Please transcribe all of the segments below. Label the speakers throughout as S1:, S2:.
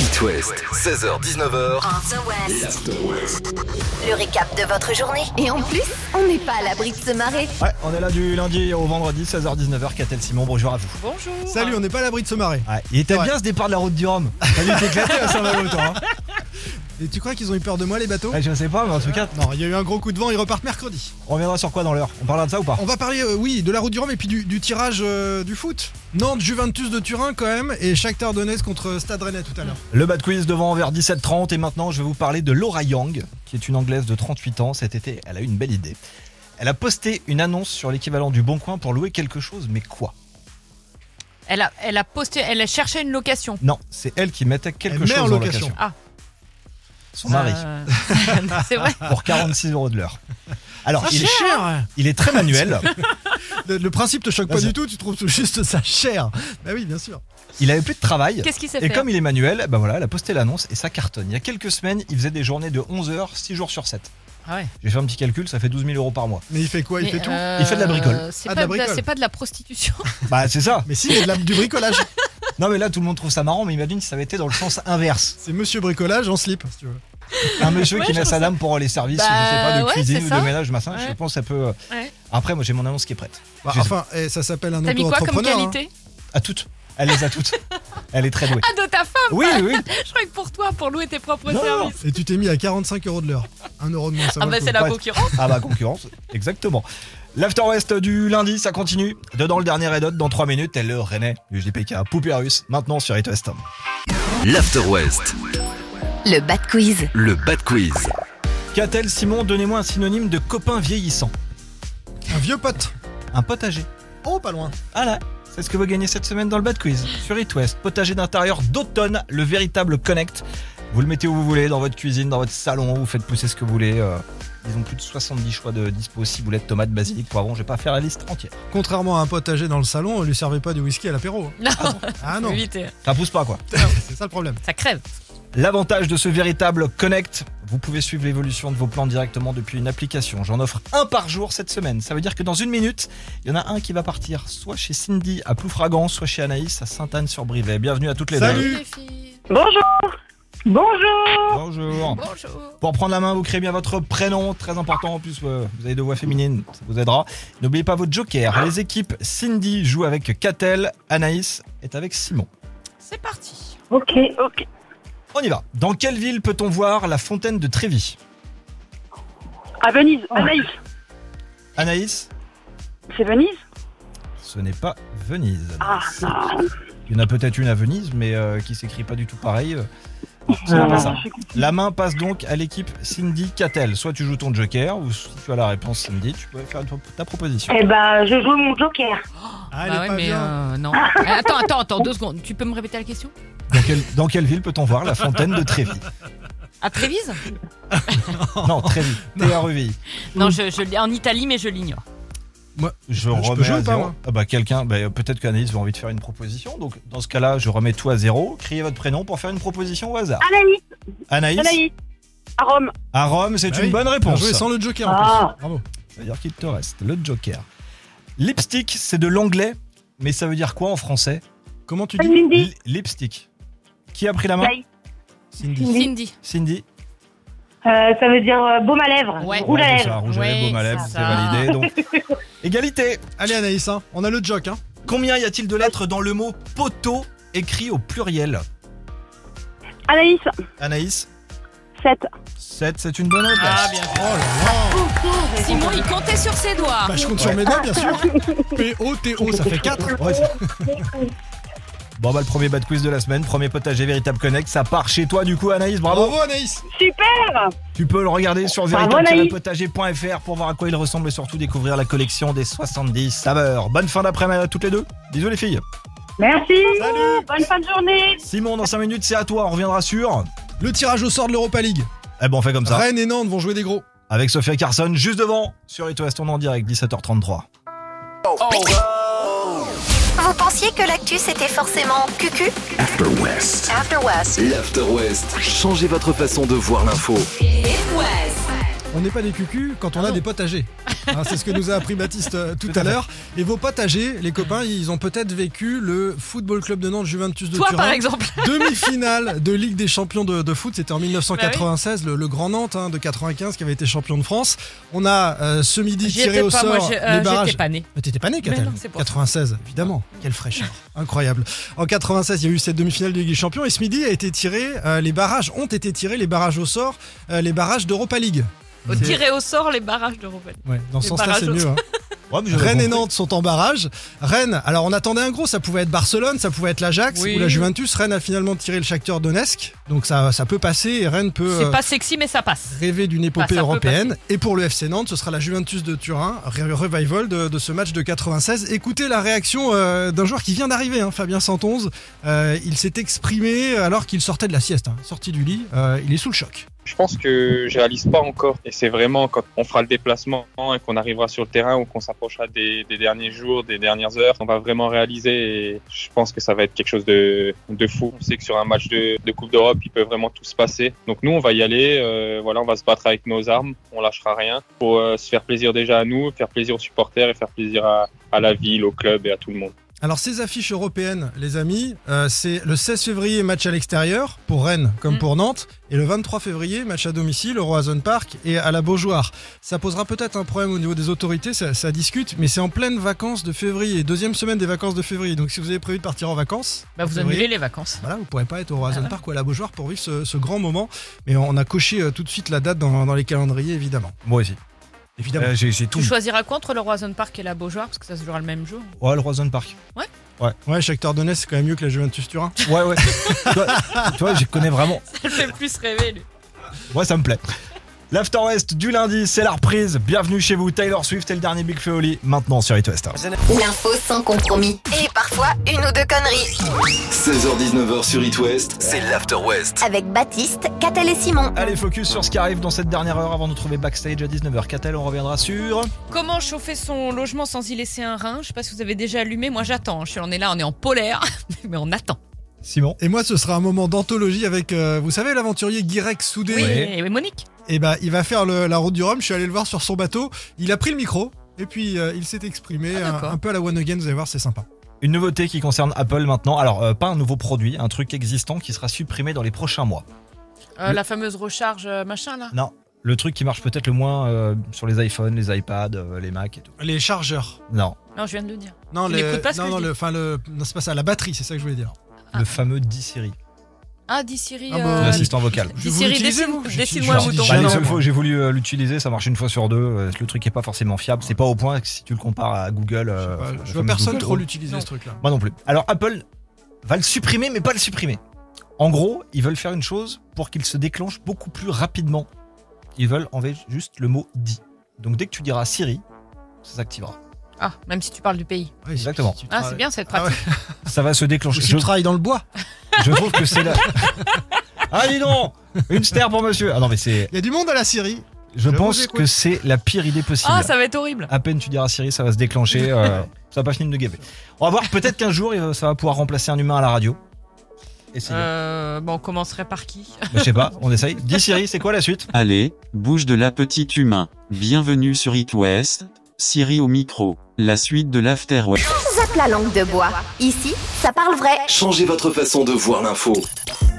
S1: It West, 16h-19h,
S2: After West.
S1: West.
S2: Le récap de votre journée. Et en plus, on n'est pas à l'abri de se marrer.
S3: Ouais, on est là du lundi au vendredi, 16h-19h, Catel Simon, bonjour à vous.
S4: Bonjour.
S5: Salut, on n'est pas à l'abri de se marrer.
S3: Ouais, il était
S5: Ouais.
S3: bien ce départ de la route du Rhum. T'as dû t'éclater à Saint-Malo, toi. hein.
S5: Et tu crois qu'ils ont eu peur de moi, les bateaux
S3: Ouais, je sais pas, mais en tout cas,
S5: Non, il y a eu un gros coup de vent, ils repartent mercredi.
S3: on reviendra sur quoi dans l'heure On parlera de ça ou pas
S5: On va parler, euh, oui, de la route du Rhum et puis du, du tirage euh, du foot. Nantes, Juventus de Turin quand même, et Shakhtar Donetsk contre Stade Rennais tout à l'heure.
S3: Le bad quiz devant vers 17h30 et maintenant je vais vous parler de Laura Yang, qui est une Anglaise de 38 ans. Cet été, elle a eu une belle idée. Elle a posté une annonce sur l'équivalent du Bon Coin pour louer quelque chose, mais quoi
S4: Elle a, elle a posté, elle a cherché une location.
S3: Non, c'est elle qui mettait quelque
S5: Elle met
S3: chose
S5: en
S3: en
S5: location.
S3: location.
S4: Ah.
S3: Son mari,
S4: Euh, c'est vrai.
S3: pour 46 euros de l'heure. Alors, il est,
S5: cher
S3: il est très manuel.
S5: le, le principe te choque pas
S3: Vas-y.
S5: du tout, tu trouves juste ça cher. Bah oui, bien sûr.
S3: Il avait plus de travail.
S4: Qu'est-ce qu'il s'est
S3: Et
S4: fait
S3: comme il est manuel, ben voilà, elle a posté l'annonce et ça cartonne. Il y a quelques semaines, il faisait des journées de 11 heures, 6 jours sur 7.
S4: Ah ouais.
S3: J'ai fait un petit calcul, ça fait 12 000 euros par mois.
S5: Mais il fait quoi Il
S4: Mais,
S5: fait tout
S4: euh,
S3: Il fait de la bricole.
S4: C'est
S5: Ah, de la
S4: pas, de la-
S5: bricole.
S4: c'est pas de la prostitution.
S3: Bah c'est ça.
S5: Mais si, mais de la- du bricolage.
S3: Non mais là, tout le monde trouve ça marrant, mais imagine si ça avait été dans le sens inverse.
S5: C'est monsieur bricolage en slip, si tu veux.
S3: Un monsieur
S4: Ouais,
S3: qui
S4: je
S3: met
S4: trouve
S3: sa
S4: ça-
S3: dame pour les services,
S4: Bah,
S3: je sais pas, de
S4: ouais,
S3: cuisine
S4: c'est
S3: ou
S4: ça.
S3: de ménage, machin, je
S4: Ouais.
S3: pense que ça peut... euh,
S4: Ouais.
S3: Après, moi j'ai mon annonce qui est prête.
S5: Bah,
S3: Je-
S5: enfin, eh, ça s'appelle un
S4: T'as mis quoi comme
S5: auto-entrepreneur. hein.
S4: qualité
S3: À toutes. Elle les a toutes. Elle est très douée.
S4: Ah, de ta femme
S3: Oui, oui, oui.
S4: Je crois que pour toi, pour louer tes propres
S3: Non,
S4: services.
S5: Et tu t'es mis à 45 euros de l'heure. 1 euro de moins, ça
S4: Ah,
S5: vaut
S4: bah
S5: le
S4: c'est
S5: coup.
S4: la
S3: Ouais.
S4: concurrence.
S3: Ah bah concurrence, exactement. L'After West du lundi, ça continue. Dedans le dernier Red Hot, dans 3 minutes, elle le René du JPK Poupérus, maintenant sur It West.
S1: L'After West,
S2: Le Bad Quiz.
S1: le Bad Quiz.
S3: Qu'a-t-elle, Simon Donnez-moi un synonyme de copain vieillissant.
S5: Un vieux pote.
S3: Un potager.
S5: Oh, pas loin.
S3: Ah là C'est ce que vous gagnez cette semaine dans le Bad Quiz. Sur It West, potager d'intérieur d'automne, le véritable connect. Vous le mettez où vous voulez, dans votre cuisine, dans votre salon, vous faites pousser ce que vous voulez. euh, ils ont plus de 70 choix de dispo, ciboulettes, tomates, basilic, poivrons. Je vais pas faire la liste entière.
S5: Contrairement à un potager dans le salon, on lui servait pas du whisky à l'apéro.
S4: Non,
S5: Ah non,
S4: vite, euh,
S3: Ça pousse pas, quoi.
S5: c'est ça le problème.
S4: ça crève.
S3: L'avantage de ce véritable Connect, vous pouvez suivre l'évolution de vos plans directement depuis une application. J'en offre un par jour cette semaine. Ça veut dire que dans une minute, il y en a un qui va partir soit chez Cindy à Ploufragan, soit chez Anaïs à Sainte-Anne-sur-Brivet. Bienvenue à toutes les
S5: Salut.
S3: deux.
S4: les filles.
S6: Bonjour Bonjour
S3: Bonjour.
S4: Bonjour.
S3: Pour prendre la main, vous créez bien votre prénom, très important en plus, euh, vous avez deux voix féminines, ça vous aidera. N'oubliez pas votre joker. Les équipes Cindy joue avec Catel, Anaïs est avec Simon.
S4: C'est parti.
S6: Ok, ok.
S3: On y va. Dans quelle ville peut-on voir la fontaine de Trévis
S6: À Venise, Anaïs.
S3: Anaïs,
S6: C'est Venise
S3: ce n'est pas Venise.
S6: Ah, non.
S3: Il y en a peut-être une à Venise, mais euh, qui s'écrit pas du tout pareil. Euh,
S6: Ah,
S3: c'est pas ça. La main passe donc à l'équipe Cindy Catel. Soit tu joues ton joker, ou si tu as la réponse Cindy, tu peux faire ton- ta proposition.
S6: Eh ben, je joue mon joker.
S5: Ah,
S4: bah ouais, mais euh, non. Eh, Attends, attends, attends, deux secondes. Tu peux me répéter la question
S6: Eh.
S3: Dans quelle, dans quelle ville peut-on voir la fontaine de Trévis
S4: À Trévise
S3: Non, Trévis. T-R-E-V-I.
S4: Non, je, je l'ai en Italie, mais je l'ignore.
S5: Moi,
S3: Je
S5: peux
S3: remets
S5: jouer
S3: à
S5: ou pas,
S3: zéro.
S5: moi
S3: Ah bah quelqu'un, bah, euh, peut-être qu'Anaïs va envie de faire une proposition. Donc dans ce cas-là, je remets tout à zéro. Criez votre prénom pour faire une proposition au hasard.
S6: Anaïs,
S3: Anaïs,
S6: Ah, Anaïs. À Rome.
S3: à Rome, c'est
S5: Bah
S3: une
S5: oui.
S3: bonne réponse.
S5: joué sans le joker en
S6: Ah.
S5: plus. Bravo.
S3: Ça veut dire qu'il te reste le Joker. Lipstick, c'est de l'anglais, mais ça veut dire quoi en français
S5: Comment tu dis
S6: Cindy.
S3: Li- Lipstick. Qui a pris la main
S6: Bye.
S5: Cindy.
S6: Oui.
S4: Cindy.
S3: Cindy.
S6: Euh, ça veut dire euh, baume à lèvres.
S4: Ouais.
S6: Rouge à
S3: Ouais, c'est ça,
S6: lèvres.
S3: rouge à
S4: Ouais,
S3: lèvres, baume à
S4: c'est
S3: lèvres, c'est
S4: ça.
S3: validé. Donc. Égalité.
S5: Allez Anaïs, hein, on a le joke. Hein.
S3: Combien y a-t-il de lettres dans le mot poteau écrit au pluriel
S6: Anaïs,
S3: Anaïs
S6: 7.
S3: 7, c'est une bonne réponse.
S4: Ah, bien
S5: Oh là là.
S4: Simon, il comptait sur ses doigts.
S5: Bah, je compte
S3: Ouais.
S5: sur mes doigts bien sûr. P-O-T-O, ça fait 4.
S3: Ouais, c'est- Bon, bah, le premier bad quiz de la semaine, premier potager véritable connect, ça part chez toi du coup, Anaïs, bravo.
S5: Bravo Anaïs.
S6: Super
S3: Tu peux le regarder sur
S6: Bravo,
S3: véritable-potager.fr pour voir à quoi il ressemble et surtout découvrir la collection des 70 saveurs. Bonne fin d'après-midi à toutes les deux. Bisous les filles.
S6: Merci
S5: Salut.
S6: Bonne fin de journée
S3: Simon, dans 5 minutes, c'est à toi. On reviendra sur.
S5: Le tirage au sort de l'Europa League.
S3: Eh ben, on fait comme ça.
S5: Rennes et Nantes vont jouer des gros.
S3: Avec Sophia Carson, juste devant, sur It West, on est en direct, 17h33.
S2: Vous pensiez que l'actu c'était forcément cucu
S1: After West.
S2: After West.
S1: L'After West, changez votre façon de voir l'info.
S4: Ah
S5: On n'est pas des cucus quand on a des potes âgés. Hein, c'est ce que nous a appris Baptiste euh, tout à l'heure. Et vos potes âgés, les copains, ils ont peut-être vécu le Football Club de Nantes Juventus de
S4: Toi,
S5: Turin.
S4: par exemple.
S5: Demi-finale de Ligue des champions de, de foot, c'était en 1996,
S4: Bah
S5: le, le grand Nantes hein, de 95 qui avait été champion de France. On a euh, ce midi
S4: J'y
S5: tiré
S4: étais
S5: au
S4: pas,
S5: sort
S4: moi, j'ai- euh,
S5: les barrages.
S4: j'étais pas née.
S5: Mais t'étais pas né, Catel
S4: non, c'est pour ça. Ah.
S5: 96, évidemment. Quelle fraîcheur. Incroyable. En 96, il y a eu cette demi-finale de Ligue des Champions et ce midi a été tiré, euh, les barrages ont été tirés, les barrages au sort, euh, les barrages d'Europa League.
S4: Au
S5: C'est-
S4: tirer au sort les barrages de Rouen.
S5: Ouais, dans ce
S4: Les
S5: sens-là,
S4: barrages
S5: c'est
S4: au
S5: mieux. hein.
S3: Ouais,
S4: Euh,
S3: mais j'avais
S5: Rennes et
S3: compris.
S5: Nantes sont en barrage. Rennes, alors on attendait un gros, ça pouvait être Barcelone, ça pouvait être l'Ajax
S4: Oui.
S5: ou la Juventus. Rennes a finalement tiré le Shakhtar Donetsk, donc ça, ça peut passer et Rennes peut
S4: C'est
S5: euh,
S4: pas sexy, mais ça passe.
S5: rêver d'une épopée
S4: Bah, ça peut
S5: européenne. Et pour le FC Nantes, ce sera la Juventus de Turin, re- revival de, de ce match de 96. Écoutez la réaction euh, d'un joueur qui vient d'arriver, hein, Fabien Santonze. Euh, il s'est exprimé alors qu'il sortait de la sieste, hein. sorti du lit, euh, il est sous le choc.
S7: Je pense que je réalise pas encore. Et c'est vraiment quand on fera le déplacement et qu'on arrivera sur le terrain ou qu'on s'approchera des, des derniers jours, des dernières heures, on va vraiment réaliser. Et je pense que ça va être quelque chose de, de fou. On sait que sur un match de, de Coupe d'Europe, il peut vraiment tout se passer. Donc nous, on va y aller. euh, voilà, on va se battre avec nos armes. On lâchera rien pour euh, se faire plaisir déjà à nous, faire plaisir aux supporters et faire plaisir à, à la ville, au club et à tout le monde.
S5: Alors ces affiches européennes, les amis, euh, c'est le 16 février match à l'extérieur pour Rennes comme
S4: Mm.
S5: pour Nantes et le 23 février match à domicile au Roazhon Park et à la Beaujoire. Ça posera peut-être un problème au niveau des autorités, ça, ça discute, mais c'est en pleine vacances de février, deuxième semaine des vacances de février. Donc si vous avez prévu de partir en vacances,
S4: Bah, vous
S5: en février,
S4: annulez les vacances.
S5: voilà, vous pourrez pas être au Horizon Park ou à la Beaujoire pour vivre ce, ce grand moment. Mais on a coché euh, tout de suite la date dans, dans les calendriers, évidemment.
S3: Moi aussi.
S5: Évidemment.
S3: Euh, j'ai j'ai tout.
S4: Tu choisiras quoi entre le Roison Park et la Beaujoire Parce que ça se jouera le même jour.
S3: Ouais, le Roison Park.
S5: Ouais, Shakhtar Donetsk, c'est quand même mieux que la Juventus Turin.
S3: Ouais, ouais. tu vois, tu vois, j'y connais vraiment.
S4: Ça le fait plus rêver, lui.
S3: Moi, ça me plaît. L'After West du lundi, c'est la reprise. Bienvenue chez vous. Taylor Swift et le dernier Big Feoli, maintenant sur It West.
S2: L'info sans compromis. Et parfois, une ou deux conneries.
S1: 16h-19h sur It West, c'est l'After West.
S2: Avec Baptiste, Catel et Simon.
S3: Allez, focus sur ce qui arrive dans cette dernière heure avant de trouver backstage à 19h. Catel, on reviendra sur.
S4: Comment chauffer son logement sans y laisser un rein Je sais pas si vous avez déjà allumé. Moi, j'attends. Je suis- On est là, on est en polaire, mais on attend.
S3: Simon.
S5: Et moi, ce sera un moment d'anthologie avec, euh, vous savez, l'aventurier Guirec Soudé.
S4: Oui,
S3: Ouais.
S4: et Monique.
S5: Et bah, il va faire le- la route du Rhum. Je suis allé le voir sur son bateau. Il a pris le micro. Et puis euh, il s'est exprimé
S4: Ah,
S5: un,
S4: d'accord.
S5: un peu à la One Again, vous allez voir, c'est sympa.
S3: Une nouveauté qui concerne Apple maintenant. Alors, euh, pas un nouveau produit, un truc existant qui sera supprimé dans les prochains mois.
S4: Euh, la fameuse recharge euh, machin, là.
S3: Non. Le truc qui marche peut-être le moins euh, sur les iPhones, les iPads, euh, les Mac et tout.
S5: Les chargeurs.
S3: Non.
S4: Non, je viens de le dire.
S5: Non,
S4: Tu
S5: les-
S4: n'écoutes pas ce
S5: non,
S4: que je
S5: non,
S4: dis
S5: le, enfin, le, non, c'est pas ça, la batterie, c'est ça que je voulais dire.
S4: Ah.
S3: Le fameux D-Siri,
S4: Ah, dis Siri.
S5: Ah, bah,
S4: euh,
S3: l'assistant vocal.
S5: Je vais vous
S4: Siri,
S5: l'utiliser,
S4: dessine-
S5: vous Je-
S4: dessine-moi
S5: je-
S4: un
S5: je-
S4: bouton.
S5: je-
S3: Bah, les
S5: non,
S3: seules
S5: moi.
S3: fois où j'ai voulu euh, l'utiliser, ça marche une fois sur deux. Euh, le truc est pas forcément fiable. C'est pas au point que si tu le compares à Google.
S5: Je, sais
S3: euh,
S5: pas,
S3: la
S5: je vois
S3: fameuse
S5: personne
S3: Google
S5: trop
S3: Home.
S5: l'utiliser,
S4: Non.
S5: ce truc-là.
S3: Moi non plus. Alors Apple va le supprimer, mais pas le supprimer. En gros, ils veulent faire une chose pour qu'il se déclenche beaucoup plus rapidement. Ils veulent enlever juste le mot dit. Donc dès que tu diras Siri, ça s'activera.
S4: Ah, même si tu parles du pays.
S5: Ouais,
S3: Exactement.
S5: si tu
S4: Ah,
S5: travailles-
S4: c'est bien cette
S5: Ah ouais.
S4: pratique.
S3: Ça va se déclencher.
S5: Ou si tu
S3: Je,
S5: travailles dans le bois.
S3: je trouve que c'est la. Ah dis donc Une star pour monsieur Ah non mais c'est.
S5: Il y a du monde à la Syrie.
S3: Je
S5: Je vous
S3: pense
S5: écoute.
S3: que c'est la pire idée possible.
S4: Ah, ça va être horrible.
S3: À peine tu diras Siri, ça va se déclencher. euh, ça va pas finir de gaver. On va voir, peut-être qu'un jour, il va- ça va pouvoir remplacer un humain à la radio. Essayons.
S4: Euh, bon, on commencerait par qui
S3: Bah, je sais pas, on essaye. Dis Siri, c'est quoi la suite
S8: Allez, bouge de la petite humain. Bienvenue sur It West, Siri au micro. La suite de l'After West.
S2: Zappe la langue de bois. Ici, ça parle vrai.
S1: Changez votre façon de voir l'info.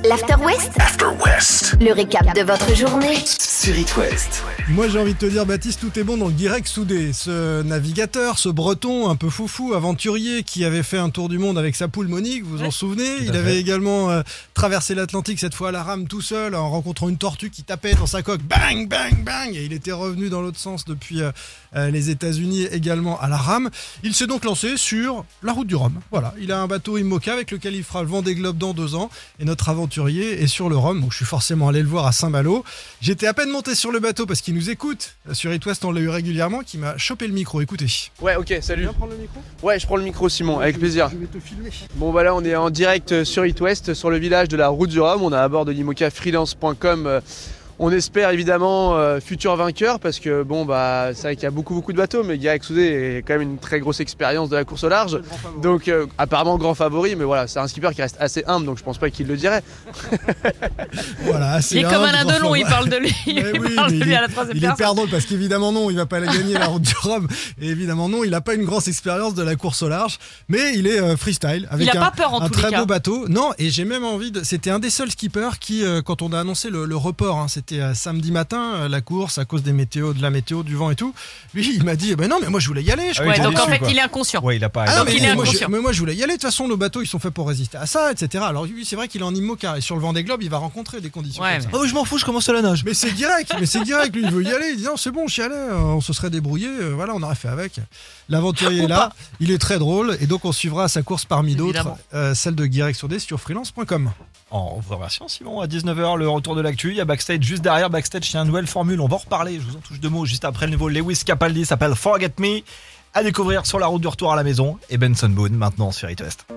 S2: L'After West,
S1: After West
S2: le récap de votre journée.
S1: sur It West.
S5: Moi, j'ai envie de te dire, Baptiste, tout est bon dans le Guirec Soudé. Ce navigateur, ce breton un peu foufou, aventurier, qui avait fait un tour du monde avec sa poule Monique, vous vous en souvenez
S3: tout à
S5: Il
S3: fait.
S5: avait également euh, traversé l'Atlantique, cette fois à la rame, tout seul, en rencontrant une tortue qui tapait dans sa coque. Bang, bang, bang Et il était revenu dans l'autre sens depuis euh, euh, les États-Unis, également à la rame. Il s'est donc lancé sur la route du Rhum. Voilà, il a un bateau Imoca avec lequel il fera le Vendée Globe dans deux ans. Et notre aventurier est sur le Rhum, donc je suis forcément allé le voir à Saint-Malo. J'étais à peine monté sur le bateau parce qu'il nous écoute. Sur It West, on l'a eu régulièrement, qui m'a chopé le micro. Écoutez.
S9: Ouais, ok, salut. Tu prendre le micro Ouais, je prends le micro, Simon, avec plaisir. Je vais te filmer. Bon, bah là, on est en direct euh, sur It West, sur le village de la Route du Rhum. On est à bord de l'imoca freelance.com euh,
S3: On espère évidemment euh, futur vainqueur parce que bon bah c'est vrai qu'il y a beaucoup beaucoup de bateaux mais Gaël Soudé est quand même une très grosse expérience de la course au large. Donc euh, apparemment grand favori mais voilà c'est un skipper qui reste assez humble donc je pense pas qu'il le dirait.
S5: Voilà,
S4: Il est comme Alain Delon, il
S5: parle
S4: parle de lui.
S5: Mais
S4: Il
S5: oui,
S4: parle
S5: mais
S4: de lui à la
S5: Il
S4: troisième
S5: est
S4: personne.
S5: perdant parce qu'évidemment non, il va pas la gagner la route du Rhum. Et évidemment non, il a pas une grosse expérience de la course au large, mais il est euh, freestyle avec
S4: Il a
S5: un,
S4: pas peur en
S5: un
S4: tous les
S5: très
S4: cas.
S5: beau bateau. Non, et j'ai même envie de. C'était un des seuls skippers qui, euh, quand on a annoncé le, le report, hein, c'était euh, samedi matin euh, la course à cause des météos, de la météo, du vent et tout. Lui, il m'a dit, eh ben non, mais moi je voulais y aller. Je
S10: Ah oui,
S4: Ouais,
S10: il
S5: comptais
S10: est
S4: donc en
S5: dessus,
S4: fait,
S5: quoi.
S4: il est inconscient.
S10: Ouais, il a pas. il
S5: Ah
S10: a
S5: non,
S10: pas-
S5: mais,
S4: il est
S5: moi, je,
S4: inconscient.
S5: mais moi je voulais y aller. De toute façon, nos bateaux ils sont faits pour résister à ça, etc. Alors oui, c'est vrai qu'il est en IMO car et sur le vent des globes, il va rencontrer des conditions.
S4: Ouais,
S5: comme ça.
S10: Oh, je m'en fous, je commence à la nage.
S5: Mais c'est direct, mais c'est direct, lui il veut y aller, il dit non c'est bon, je suis allé, euh, on se serait débrouillé, euh, voilà, on aurait fait avec. L'aventurier est là, il est très drôle, et donc on suivra sa course parmi d'autres,
S4: Évidemment.
S5: euh, celle de Guirec Sourdé sur freelance.com.
S10: En vous remerciant, Simon. À 19h, le retour de l'actu. Il y a backstage juste derrière. Backstage, c'est une nouvelle formule. On va en reparler. Je vous en touche deux mots juste après le nouveau Lewis Capaldi. s'appelle Forget Me. À découvrir sur la route du retour à la maison. Et Benson Boone, maintenant sur It West.